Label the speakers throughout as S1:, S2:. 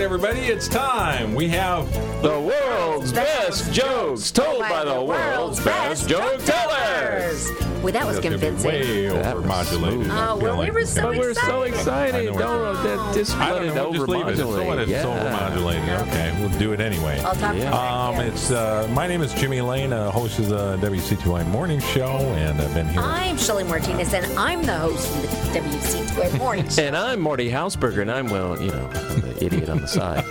S1: everybody. It's time. We have the world's best jokes told by the world's best joke tellers.
S2: Well, that was
S1: That's gonna be
S2: convincing.
S1: Way
S3: That was
S1: overmodulated.
S3: smooth.
S1: I
S2: Oh,
S1: feel
S2: well, we
S1: like.
S2: were so
S3: But we're so
S1: I
S3: excited.
S1: know
S3: Don't
S1: what you're
S3: know that just
S1: I don't
S3: let it
S1: know. We'll just leave it. Just let
S3: overmodulate.
S1: it
S3: Yeah.
S1: overmodulate. Okay, we'll do it anyway.
S2: I'll talk to
S1: Um, it's uh, my name is Jimmy Lane, uh, host of the WC2I Morning Show, and I've been here.
S2: I'm Shelly Martinez, and I'm the host of the WC2 Morning Show.
S3: And I'm Morty Hausberger, and I'm well, you know, the idiot on the side.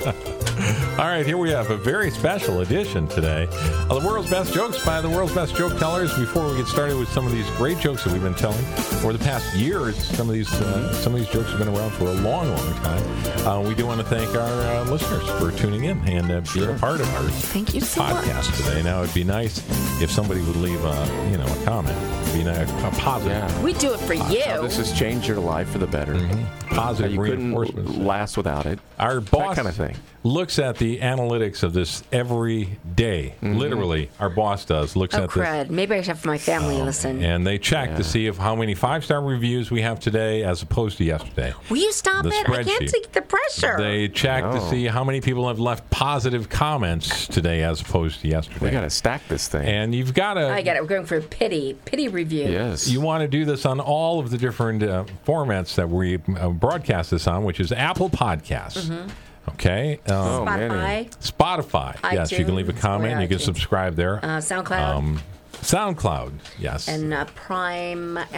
S1: All right, here we have a very special edition today. Uh, the world's best jokes by the world's best joke tellers. Before we get started with some of these great jokes that we've been telling over the past years, some of these uh, some of these jokes have been around for a long, long time. Uh, we do want to thank our uh, listeners for tuning in and uh, being a part of our
S2: Thank you so much.
S1: podcast today. Now it'd be nice if somebody would leave a you know a comment, It'd be nice, a positive,
S3: Yeah.
S2: We do it
S1: Uh,
S2: for you.
S3: How this has changed your life for the better. How
S1: positive
S3: you
S1: reinforcement.
S3: couldn't last without Mm-hmm. it.
S1: Our boss
S3: kinda thing.
S1: looks at the analytics of this every day.
S3: Mm-hmm.
S1: Literally, our boss does looks
S2: oh,
S1: at this
S2: crud. Maybe I should have my family
S1: Oh,
S2: listen.
S1: and they check to see if how many five star reviews we have today as opposed to yesterday.
S2: Will you stop
S1: The
S2: it? I can't
S1: spreadsheet.
S2: take the pressure.
S1: They check to
S3: No.
S1: see how many people have left positive comments today as opposed to yesterday.
S3: We got to stack this thing.
S1: and you've got to
S2: I got it. We're going for a pity, pity review.
S3: yes.
S1: You want to do this on all of the different uh, formats that we uh, broadcast this on, which is Apple Podcasts.
S2: Mm-hmm.
S1: Okay. Um,
S3: Oh, man.
S2: Spotify,
S1: Spotify. yes, you can leave a
S2: iTunes,
S1: comment.
S2: we're
S1: You can
S2: iTunes.
S1: subscribe there.
S2: uh, SoundCloud,
S1: um, SoundCloud. Yes.
S2: and uh, Prime, Amazon,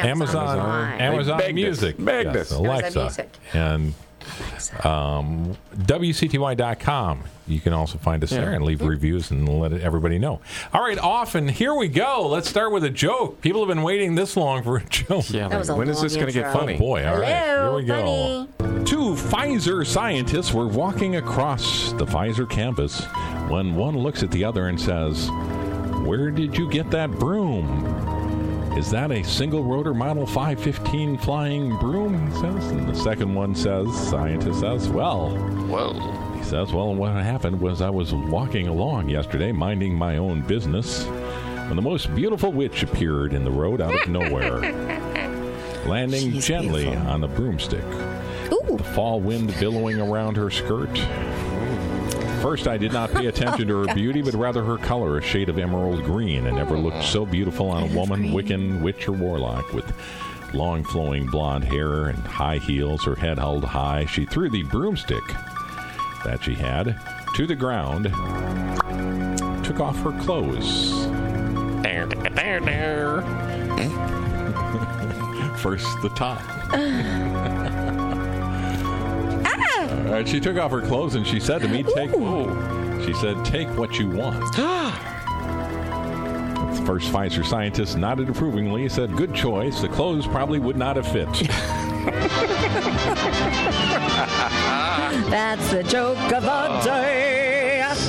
S1: Amazon, Amazon,
S2: Prime.
S3: They begged us,
S1: Music,
S3: begged
S1: yes,
S3: us.
S1: Alexa,
S2: Amazon Music.
S1: and um, WCTY.com. You can also find us
S3: Yeah.
S1: there and leave reviews and let everybody know. All right, off and here we go. Let's start with a joke. People have been waiting this long for a joke.
S3: yeah,
S2: That was a
S3: like, when is
S2: long
S3: this going to get
S2: intro.
S1: Oh
S3: funny?
S1: boy! All right, here
S2: Hello,
S1: we go.
S2: funny.
S1: Two Pfizer scientists were walking across the Pfizer campus when one looks at the other and says, Where did you get that broom? Is that a single rotor Model 515 flying broom? He says. And the second one says, Scientist says, Well,
S3: Whoa.
S1: he says, Well, what happened was I was walking along yesterday, minding my own business, when the most beautiful witch appeared in the road out of nowhere, landing
S2: She's
S1: gently
S2: beautiful.
S1: on a broomstick
S2: Ooh,
S1: fall wind billowing around her skirt. First, I did not pay attention to her beauty, but rather her color, a shade of emerald green, and never looked so beautiful on a woman, Wiccan, witch, or warlock, with long flowing blonde hair and high heels, her head held high. She threw the broomstick that she had to the ground, took off her clothes. First, the top. All right, she took off her clothes and she said to me, "Take." She said, "Take what you want." The first Pfizer scientist nodded approvingly. Said, "Good choice. The clothes probably would not have fit."
S2: that's the joke of the day.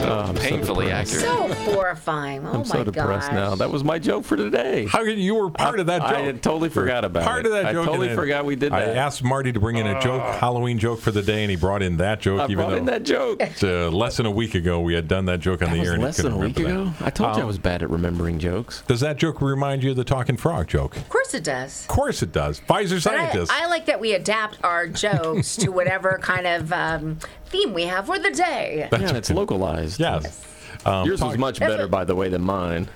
S3: Oh, I'm so
S4: painfully
S3: depressed.
S2: So
S4: accurate.
S2: horrifying. Oh
S3: I'm
S2: my
S3: so depressed
S2: gosh.
S3: now. That was my joke for today.
S1: How can you were part of that joke?
S3: I had totally forgot about
S1: part
S3: it.
S1: of that
S3: I
S1: joke.
S3: totally
S1: and then
S3: forgot we did
S1: I
S3: that. Ah.
S1: asked Marty to bring in a joke, Halloween joke for the day, and he brought in that joke.
S3: I
S1: even
S3: brought
S1: though
S3: in that joke.
S1: it's, uh, less than a week ago, we had done that joke on the
S3: was
S1: air. and he
S3: less than
S1: couldn't
S3: a week
S1: remember
S3: ago.
S1: that. Um,
S3: I told you I was bad at remembering jokes.
S1: Does that joke remind you of the talking frog joke?
S2: Of course it does.
S1: Of course it does. Pfizer
S2: But I,
S1: scientist.
S2: I like that we adapt our jokes to whatever kind of um, theme we have for the day.
S3: yeah, and it's localized.
S1: yes.
S3: Yours was much
S2: That's
S3: better,
S2: what-
S3: by the way, than mine.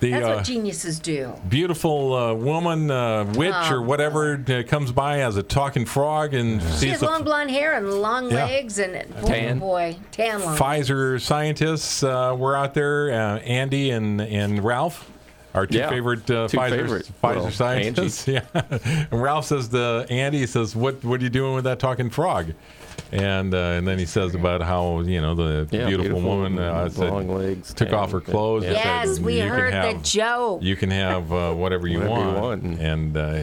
S1: The,
S2: That's
S1: uh,
S2: what geniuses do.
S1: beautiful uh, woman, uh, witch, or whatever uh, comes by as a talking frog and
S2: Oh. She
S1: sees
S2: has
S1: the
S2: long blonde hair and long
S1: Yeah.
S2: legs and boy, oh
S3: Tan.
S2: boy, tan long.
S1: Pfizer scientists uh, were out there. Uh, Andy and, and Ralph. Our two
S3: Yeah,
S1: favorite uh,
S3: two
S1: Pfizer,
S3: favorite
S1: Pfizer
S3: little
S1: scientists. Yeah. And Ralph says to Andy, he says, "What what are you doing with that talking frog?" And uh, and then he says about how you know the
S3: Yeah,
S1: beautiful,
S3: beautiful
S1: woman uh, said,
S3: long legs,
S1: took
S3: tan,
S1: off her
S3: yeah.
S1: clothes. and said,
S2: Yes, we
S1: "You can
S2: heard the
S1: have-
S2: joke.
S1: You can have uh, whatever you
S3: Whatever you
S1: want.
S3: want.
S1: And uh,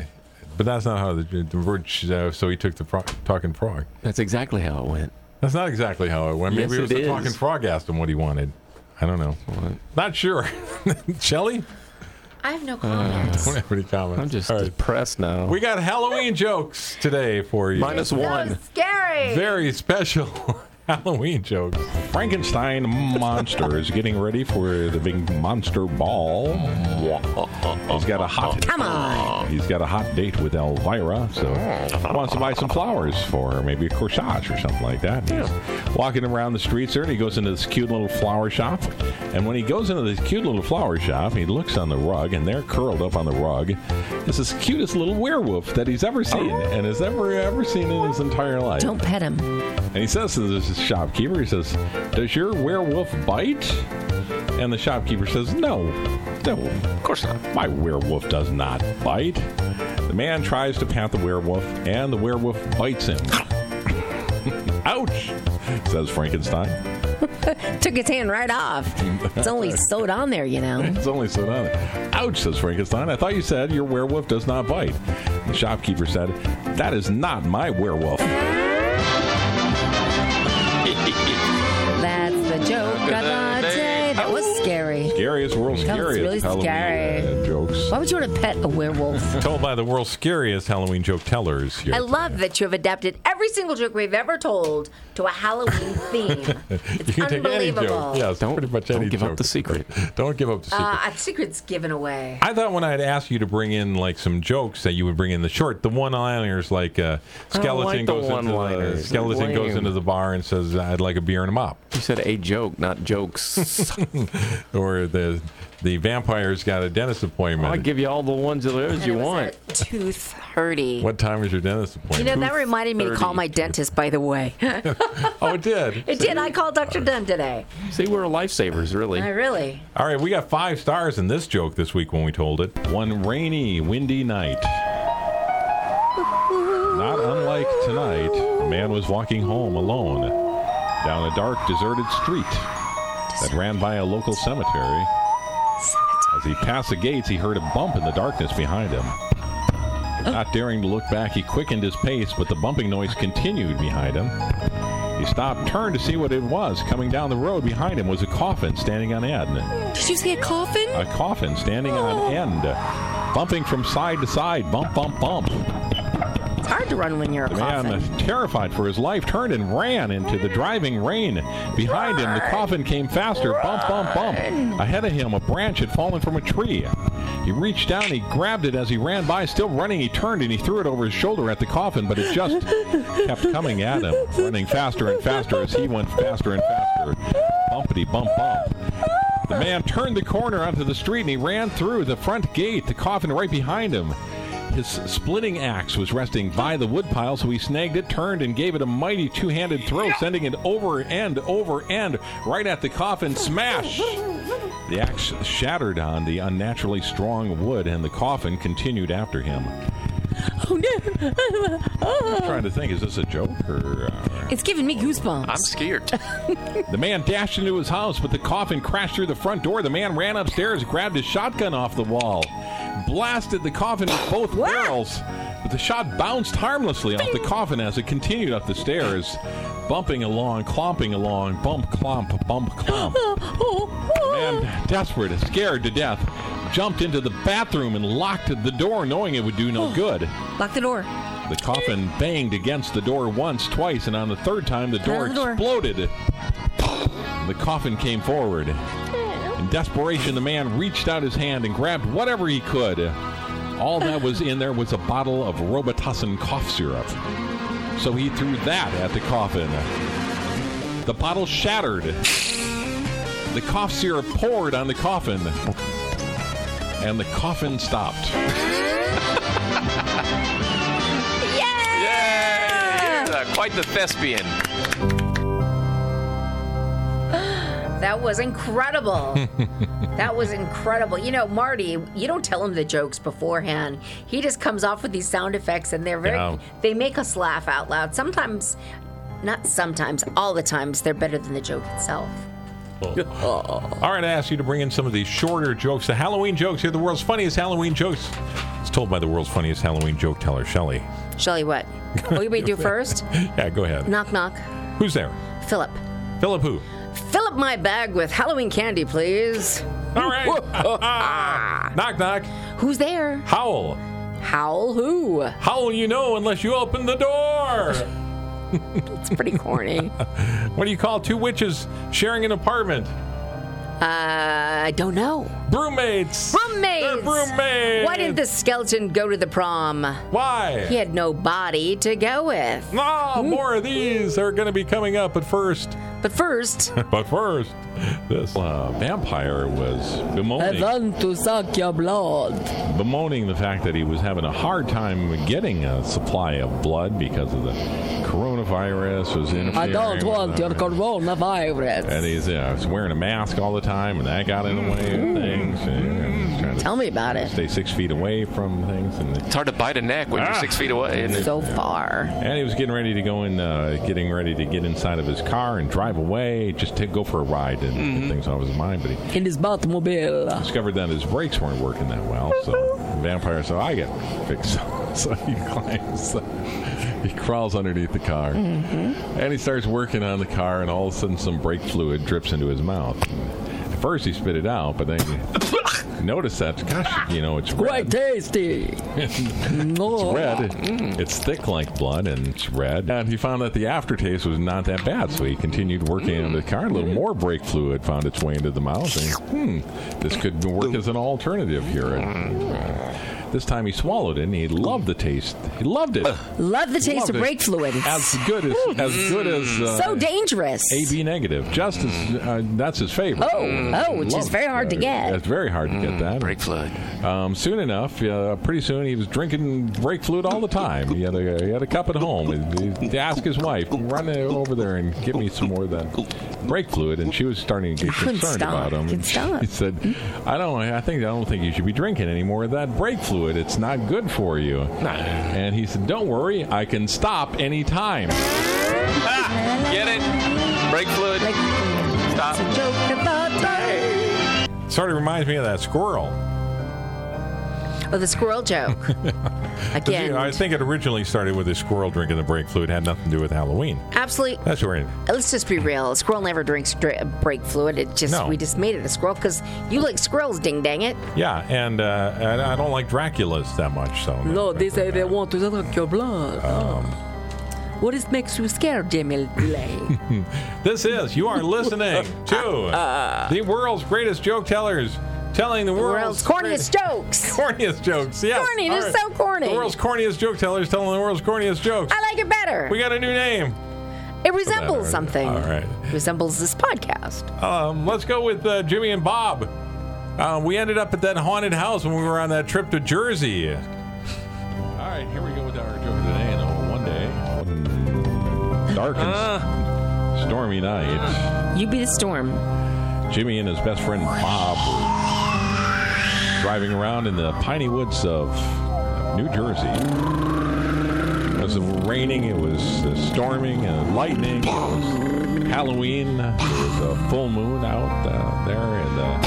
S1: but that's not how the, the word. Uh, so he took the frog, talking frog.
S3: That's exactly how it went.
S1: That's not exactly how it went. Maybe
S3: Yes,
S1: it was
S3: it
S1: the
S3: is.
S1: talking frog asked him what he wanted. I don't know. Not sure. Shelly,
S2: I have no comments.
S1: don't have any comments.
S3: I'm just
S1: All right.
S3: depressed now.
S1: We got Halloween jokes today for you.
S3: Minus
S2: that
S3: one.
S2: was scary.
S1: very special Halloween joke. Frankenstein monster is getting ready for the big monster ball. He's got a hot.
S2: Come on.
S1: He's got a hot date with Elvira, so he wants to buy some flowers for her, maybe a corsage or something like that. He's walking around the streets there, and he goes into this cute little flower shop. And when he goes into this cute little flower shop, he looks on the rug, and there, curled up on the rug, is this cutest little werewolf that he's ever seen and has ever ever seen in his entire life.
S2: Don't pet him.
S1: And he says to this shopkeeper, he says, "Does your werewolf bite?" And the shopkeeper says, "No, no,
S3: Of course not.
S1: my werewolf does not bite. The man tries to pat the werewolf, and the werewolf bites him. Ouch, says Frankenstein.
S2: Took his hand right off. It's only sewed on there, you know.
S1: It's only so done. Ouch, says Frankenstein. I thought you said your werewolf does not bite. The shopkeeper said, That is not my werewolf.
S2: That's the joke of the day. That was scary.
S1: Scariest, world's
S2: That was
S1: scariest
S2: really
S1: Halloween
S2: scary.
S1: Uh, jokes.
S2: Why would you want to pet a werewolf?
S1: Told by the world's scariest Halloween joke tellers here.
S2: I love that you have adapted every single joke we've ever told to a Halloween theme. It's
S1: you can take any
S2: unbelievable.
S1: joke. Yes,
S3: Don't-
S1: pretty much
S3: don't
S1: any
S3: give up
S1: joke.
S3: the secret.
S1: don't give up the secret.
S2: Uh, a secret's given away.
S1: I thought when I had asked you to bring in like some jokes that you would bring in the short, the one-liners like uh, skeleton
S3: the
S1: goes into the
S3: one-liners.
S1: skeleton
S3: Lame.
S1: goes into the bar and says, "I'd like a beer and a mop,"
S3: You said a joke, not jokes.
S1: or the the vampire's got a dentist appointment.
S3: I'll give you all the ones of those you
S2: And it was
S3: want.
S2: a Tooth hurdy.
S1: what time is your dentist
S2: You
S1: appointment?
S2: know, that reminded me to call my dentist, by the way.
S1: oh, it did.
S2: It did. I called Dr. Dunn today.
S3: See, we're lifesavers, really.
S2: I really.
S1: All right, we got five stars in this joke this week when we told it. One rainy, windy night. Not unlike tonight, a man was walking home alone down a dark, deserted street that ran by a local cemetery. As he passed the gates, he heard a bump in the darkness behind him. Not daring to look back, he quickened his pace, but the bumping noise continued behind him. He stopped, turned to see what it was. Coming down the road behind him was a coffin standing on end
S4: Did you see a coffin?
S1: a coffin standing on end, bumping from side to side, bump, bump, bump.
S2: It's hard to run when you're a
S1: The man,
S2: coffin.
S1: terrified for his life, turned and ran into the driving rain. Behind him, the coffin came faster, bump, bump, bump. Ahead of him, a branch had fallen from a tree. He reached down, he grabbed it as he ran by, still running. He turned and he threw it over his shoulder at the coffin, but it just kept coming at him, running faster and faster as he went faster and faster. Bumpity, bump, bump. The man turned the corner onto the street and he ran through the front gate, the coffin right behind him. His splitting axe was resting by the woodpile, so he snagged it, turned, and gave it a mighty two handed throw, sending it over and over and right at the coffin. Smash! The axe shattered on the unnaturally strong wood, and the coffin continued after him.
S4: Oh no!
S1: I'm trying to think, is this a joke or. Uh,
S4: It's giving me goosebumps.
S3: I'm scared.
S1: The man dashed into his house, but the coffin crashed through the front door. The man ran upstairs, grabbed his shotgun off the wall, blasted the coffin with both barrels. But the shot bounced harmlessly off the coffin as it continued up the stairs, bumping along, clomping along, bump, clomp, bump, clomp. The man, desperate, scared to death, jumped into the bathroom and locked the door, knowing it would do no good.
S4: Lock the door.
S1: The coffin banged against the door once, twice, and on the third time, the door,
S4: the door.
S1: exploded. The coffin came forward. In desperation, the man reached out his hand and grabbed whatever he could. All that was in there was a bottle of Robitussin cough syrup. So he threw that at the coffin. The bottle shattered. The cough syrup poured on the coffin. And the coffin stopped.
S3: Quite the thespian.
S2: That was incredible. that was incredible. You know, Marty, you don't tell him the jokes beforehand. He just comes off with these sound effects, and they're very,
S1: Yeah.
S2: they make us laugh out loud. Sometimes, not sometimes, all the times, they're better than the joke itself.
S1: All right, I asked you to bring in some of the shorter jokes, the Halloween jokes. Here, the world's funniest Halloween jokes. It's told by the world's funniest Halloween joke teller, Shelley.
S2: Shelly, what? What you we do first?
S1: Yeah, go ahead.
S2: Knock, knock.
S1: Who's there?
S2: Philip.
S1: Philip who?
S2: Fill up my bag with Halloween candy, please.
S1: All right. Ah, knock, knock.
S2: Who's there?
S1: Howl.
S2: Howl who?
S1: Howl you know unless you open the door.
S2: It's pretty corny.
S1: What do you call two witches sharing an apartment?
S2: Uh, I don't know.
S1: Broommates. They're
S2: Roommates.
S1: broommates.
S2: Why did the skeleton go to the prom?
S1: Why?
S2: He had no body to go with.
S1: Ah,
S2: Hmm?
S1: more of these are going to be coming up. But first,
S2: But first,
S1: but first, this uh, vampire was bemoaning,
S4: to suck your blood.
S1: bemoaning the fact that he was having a hard time getting a supply of blood because of the coronavirus was
S4: Mm-hmm.
S1: interfering. with everything. And
S4: coronavirus.
S1: he's uh, he's wearing a mask all the time, and that got in the way
S4: Mm-hmm.
S1: of things. and he's trying to
S2: tell me about it.
S1: Stay six feet away from things, and
S3: It's hard to bite a neck when
S1: Ah.
S3: you're six feet away. And
S2: So far.
S1: and he was getting ready to go in, uh, getting ready to get inside of his car and drive away, just to go for a ride and get things off his mind. But he
S4: Mm-hmm. In his Batmobile.
S1: discovered that his brakes weren't working that well, so the vampire said, "I got fixed." So he climbs, he crawls underneath the car, and he starts working on the car, and all of a sudden, some brake fluid drips into his mouth. At first, he spit it out, but then. He Notice that, gosh, you know, it's red.
S4: tasty. no.
S1: Red. It's thick like blood and it's red. And he found that the aftertaste was not that bad, so he continued working on the car. A little more brake fluid found its way into the mouth. And, hmm, this could work as an alternative here. This time he swallowed it and he loved the taste. He loved it.
S2: Love the taste
S1: Loved
S2: of
S1: it.
S2: brake fluids.
S1: As good as
S2: Hmm.
S1: as good as uh,
S2: so dangerous.
S1: AB negative. Just as uh, that's his favorite.
S2: Oh, Hmm. oh, which is
S1: Loved
S2: very hard to
S1: that.
S2: get.
S1: It's very hard to get that.
S3: brake fluid.
S1: Um, soon enough, uh, pretty soon he was drinking brake fluid all the time. He had a, he had a cup at home. He, he asked his wife, "Run over there and get me some more of that brake fluid." And she was starting to get
S2: couldn't
S1: concerned
S2: stop.
S1: about him.
S2: Couldn't
S1: And
S2: stop.
S1: She said, "I don't. I think I don't think you should be drinking any more of that brake fluid. It's not good for you." And he said, "Don't worry, I can stop anytime."
S3: Get it? Brake fluid.
S2: like,
S3: Stop.
S2: it's a joke about time.
S1: Sort of reminds me of that squirrel.
S2: Oh, the squirrel joke. Again,
S5: I think it originally started with a squirrel drinking the brake fluid. Had nothing to do with Halloween.
S2: absolutely.
S5: That's where it.
S2: Let's just be real. A squirrel never drinks dra- brake fluid. It just
S5: No.
S2: we just made it a squirrel because you like squirrels. Ding dang it.
S5: Yeah, and uh, and I don't like Draculas that much. So
S4: No, they say they want to suck your blood. Oh. What is makes you scared, Jamie Blake?
S5: This is you are listening to the world's greatest joke tellers telling the world's,
S2: World's corniest jokes.
S5: corniest jokes. Yes,
S2: Corny,
S5: All
S2: this is so corny.
S5: The world's corniest joke tellers telling the world's corniest jokes.
S2: I like it better.
S5: we got a new name.
S2: it resembles something.
S5: All right.
S2: Resembles this podcast.
S1: Uh,
S5: Um, let's go with uh, Jimmy and Bob. Uh, we ended up at that haunted house when we were on that trip to Jersey.
S1: All right, here we go with our joke today. And on one day, dark and s- stormy night.
S2: You be the storm.
S1: Jimmy and his best friend Bob were driving around in the piney woods of New Jersey. It was raining, it was uh, storming, and lightning. It was Halloween. There was a full moon out uh, there, and uh,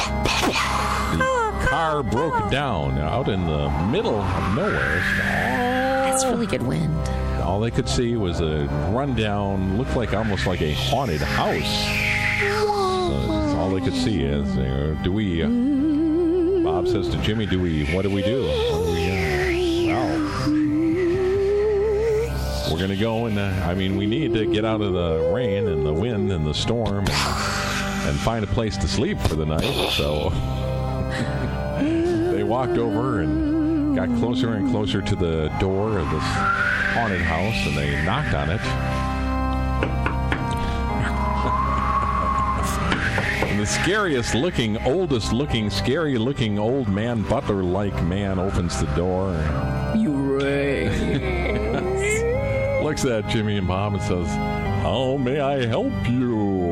S1: the car broke down out in the middle of nowhere.
S2: That's really good wind.
S1: All they could see was a rundown, looked like almost like a haunted house. So that's all they could see is, uh, do we? uh, Bob says to Jimmy, "Do we? What do we do? What do we, uh, well, we're gonna go and uh, I mean, we need to get out of the rain and the wind and the storm." And, and find a place to sleep for the night. So they walked over and got closer and closer to the door of this haunted house and they knocked on it. And the scariest looking, oldest looking, scary looking old man, butler like man opens the door and
S4: you ray.
S1: looks at Jimmy and Bob and says, How may I help you?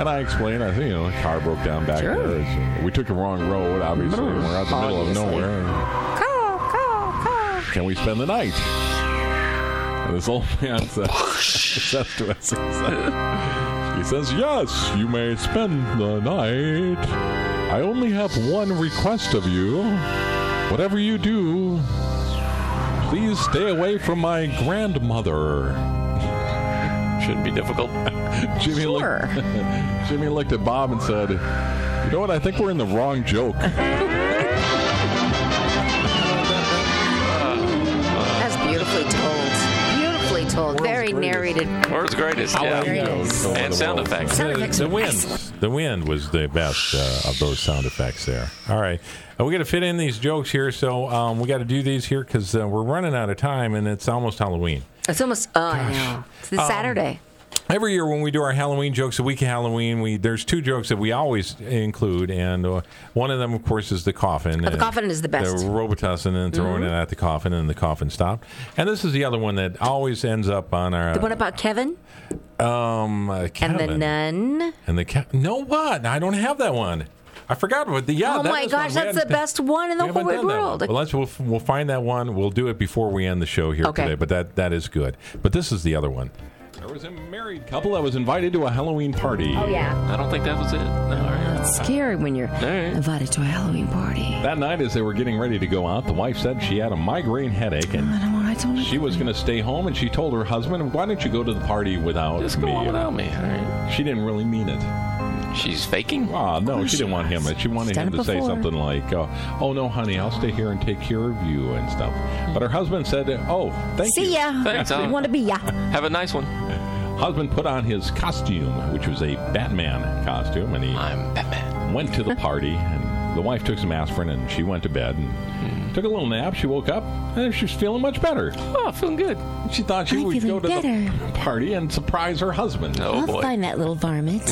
S1: And I explained, I think, you know, the car broke down back
S2: Sure.
S1: there. It's- We took the wrong road, obviously. We're out in the middle of nowhere.
S2: Call, call, call.
S1: Can we spend the night? And this old man says, says to us, he says, he says, Yes, you may spend the night. I only have one request of you. Whatever you do, please stay away from my grandmother.
S3: Shouldn't be difficult.
S1: Jimmy
S2: Sure.
S1: looked. Jimmy looked at Bob and said, "You know what? I think we're in the wrong joke."
S2: That's beautifully told. Beautifully told. Very
S1: greatest.
S2: narrated.
S3: World's greatest.
S2: There it
S3: Yeah.
S2: is.
S3: And sound effects.
S2: Sound
S1: The,
S2: effects
S1: the
S2: were excellent.
S1: wind. The wind was the best uh, of those sound effects there. All right. Uh, we got to fit in these jokes here, so um, we got to do these here because uh, we're running out of time and it's almost Halloween.
S2: It's almost. Oh, I know. It's
S1: Um,
S2: this Saturday.
S1: Every year when we do our Halloween jokes, the week of Halloween, we there's two jokes that we always include, and uh, one of them, of course, is the coffin.
S2: Oh, the coffin is the best.
S1: The
S2: Mm-hmm.
S1: Robitussin and throwing it at the coffin, and the coffin stopped. And this is the other one that always ends up on our
S2: The one about Kevin
S1: um uh,
S2: and the
S1: Kevin.
S2: nun.
S1: And the ca- no what? I don't have that one. I forgot what the yeah.
S2: Oh
S1: that
S2: my
S1: is one.
S2: gosh,
S1: We
S2: that's the
S1: hadn't-
S2: best one in the
S1: we haven't
S2: whole wide
S1: done that one.
S2: world.
S1: Well, let's we'll, f- we'll find that one. We'll do it before we end the show here
S2: Okay.
S1: today. But that that is good. But this is the other one.
S5: There was a married couple that was invited to a Halloween party.
S2: Oh yeah.
S3: I don't think that was it. No, all right.
S2: It's scary when you're
S3: right.
S2: invited to a Halloween party.
S5: That night, as they were getting ready to go out, the wife said she had a migraine headache and
S2: I don't
S5: she was going to stay home. And she told her husband, "Why don't you go to the party without
S3: Just
S5: me?"
S3: go on without me. All right.
S5: She didn't really mean it.
S3: She's faking.
S5: Ah, no, she didn't want him. She wanted
S2: She's done
S5: him
S2: it
S5: to say
S2: before.
S5: something like, uh, "Oh no, honey, I'll stay here and take care of you and stuff." But her husband said, "Oh, thank you."
S2: See ya.
S3: Thanks, Al.
S2: Want to be ya?
S3: Have a nice one.
S5: Husband put on his costume, which was a Batman costume, and he
S3: I'm Batman.
S5: went to the party. And the wife took some aspirin, and she went to bed and took a little nap. She woke up, and she was feeling much better.
S3: Oh, feeling good.
S5: She thought she
S6: I'm
S5: would go
S6: feeling
S5: to the
S6: better.
S5: party and surprise her husband.
S3: Oh
S6: I'll
S3: boy.
S6: find that little varmint.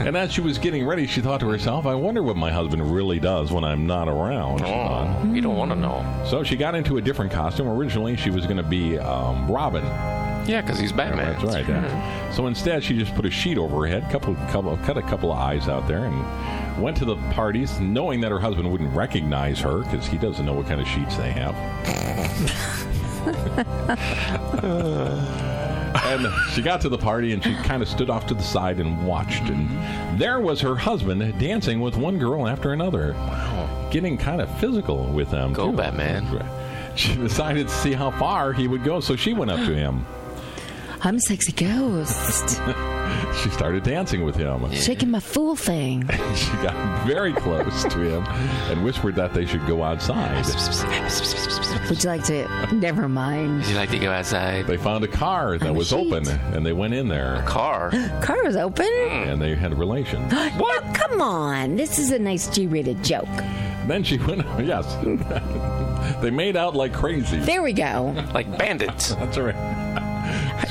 S5: And as she was getting ready, she thought to herself, "I wonder what my husband really does when I'm not around." she thought.
S3: Oh, you don't want to know.
S5: So she got into a different costume. Originally, she was going to be um, Robin.
S3: Yeah, because he's Batman.
S5: That's right. yeah. So instead, she just put a sheet over her head, couple, couple, cut a couple of eyes out there, and went to the parties, knowing that her husband wouldn't recognize her because he doesn't know what kind of sheets they have. and she got to the party and she kind of stood off to the side and watched. And there was her husband dancing with one girl after another, getting kind of physical with them.
S3: Go,
S5: too.
S3: Batman.
S5: She decided to see how far he would go, so she went up to him.
S6: I'm a sexy ghost,
S5: She started dancing with him.
S6: shaking my fool thing.
S5: She got very close to him and whispered that they should go outside.
S6: Would you like to? Never mind.
S3: Would you like to go outside?
S5: They found a car that
S6: On a
S5: was
S6: sheet.
S5: open and they went in there
S3: Car.
S6: Car was open.
S3: Mm.
S5: and they had relations.
S6: What? come on. This is a nice G-rated joke.
S5: then she went, yes. they made out like crazy.
S6: There we go.
S3: Like bandits.
S5: That's right.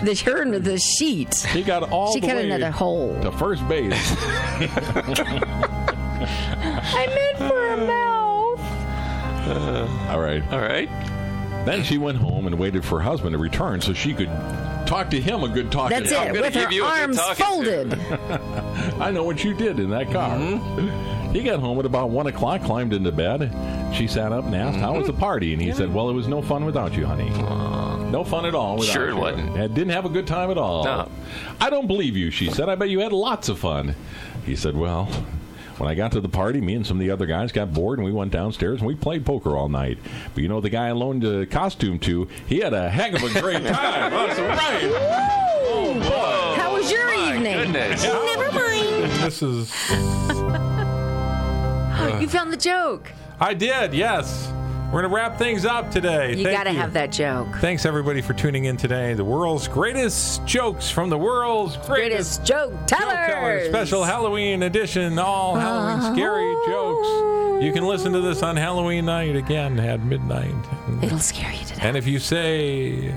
S6: The turn of the sheet.
S5: She got all
S6: She
S5: the
S6: cut
S5: way
S6: another hole.
S5: to first base.
S6: I meant for
S3: Mm.
S6: a mouth.
S5: all right.
S3: All right.
S5: Then she went home and waited for her husband to return so she could talk to him a good talk.
S6: That's
S3: I'm
S6: it.
S3: gonna
S6: With
S3: give you
S6: her
S3: a good
S6: arms
S3: talking to.
S6: folded.
S5: I know what you did in that car.
S3: Mm-hmm.
S5: He got home at about one o'clock, climbed into bed. She sat up and asked, "How was the
S3: Mm-hmm.
S5: party?" And he said, "Well, it was no fun without you, honey. No fun at all. Without
S3: Uh, Sure it
S5: you.
S3: wasn't.
S5: And didn't have a good time at all.
S3: No.
S5: I don't believe you," she said. "I bet you had lots of fun." He said, "Well." When I got to the party, me and some of the other guys got bored and we went downstairs and we played poker all night. But you know, the guy I loaned a costume to, he had a heck of a great time. That's right.
S6: How was your
S3: Oh, My
S6: evening?
S3: goodness.
S6: Never mind.
S1: This is.
S3: Uh.
S2: You found the joke.
S1: I did. Yes. We're gonna wrap things up today.
S2: You
S1: Thank
S2: got to have that joke.
S1: Thanks everybody for tuning in today. The world's greatest jokes from the world's greatest,
S2: Greatest joke
S1: joke
S2: tellers.
S1: teller special Halloween edition. All Halloween scary jokes. You can listen to this on Halloween night again at midnight.
S6: It'll scare you today.
S1: And if you say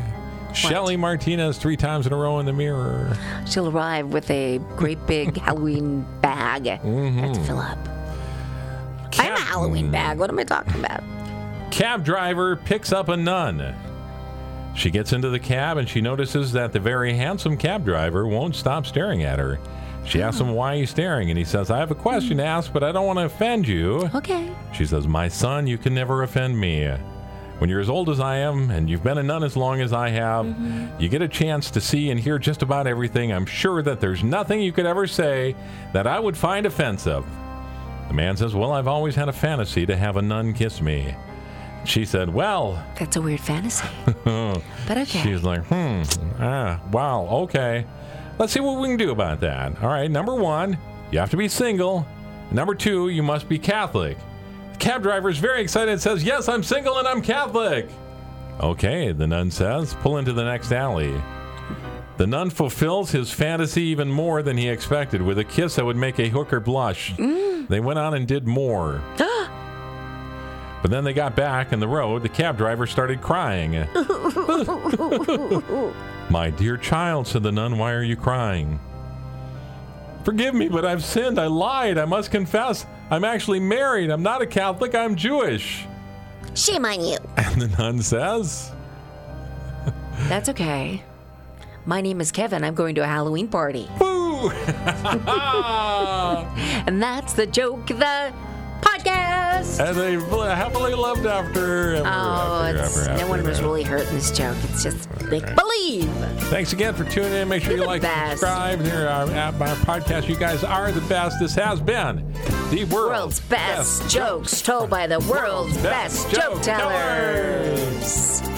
S1: Shelly Martinez three times in a row in the mirror,
S2: She'll arrive with a great big Halloween bag
S1: Mm-hmm.
S2: to fill up. I have a Halloween bag. What am I talking about?
S1: cab driver picks up a nun. She gets into the cab and she notices that the very handsome cab driver won't stop staring at her. She asks
S2: Hmm.
S1: him why he's staring, and he says, I have a question to ask, but I don't want to offend you.
S6: Okay.
S1: She says, My son, you can never offend me. When you're as old as I am, and you've been a nun as long as I have, you get a chance to see and hear just about everything. I'm sure that there's nothing you could ever say that I would find offensive. The man says, Well, I've always had a fantasy to have a nun kiss me. She said, Well,
S2: That's a weird fantasy. but okay.
S1: She's like, hmm, ah, wow, okay. Let's see what we can do about that. All right, number one, you have to be single. Number two, you must be Catholic. The cab driver is very excited and says, Yes, I'm single and I'm Catholic. Okay, the nun says, pull into the next alley. The nun fulfills his fantasy even more than he expected with a kiss that would make a hooker blush. They went on and did more. but then they got back in the road. The cab driver started crying. My dear child, said the nun, why are you crying? Forgive me, but I've sinned. I lied. I must confess. I'm actually married. I'm not a Catholic. I'm Jewish.
S7: Shame on you.
S1: And the nun says,
S2: That's okay. My name is Kevin. I'm going to a Halloween party.
S1: Boo!
S2: And that's the joke, the podcast.
S1: and they bl- happily loved after. ever
S2: Oh,
S1: after,
S2: it's,
S1: ever
S2: no
S1: after
S2: one was
S1: that.
S2: really hurting this joke. It's just make believe.
S1: Thanks again for tuning in. Make sure
S2: You're
S1: you
S2: the
S1: like,
S2: best.
S1: subscribe, here our, app, our podcast. You guys are the best. This has been the world's,
S2: World's best jokes told by the world's best joke tellers.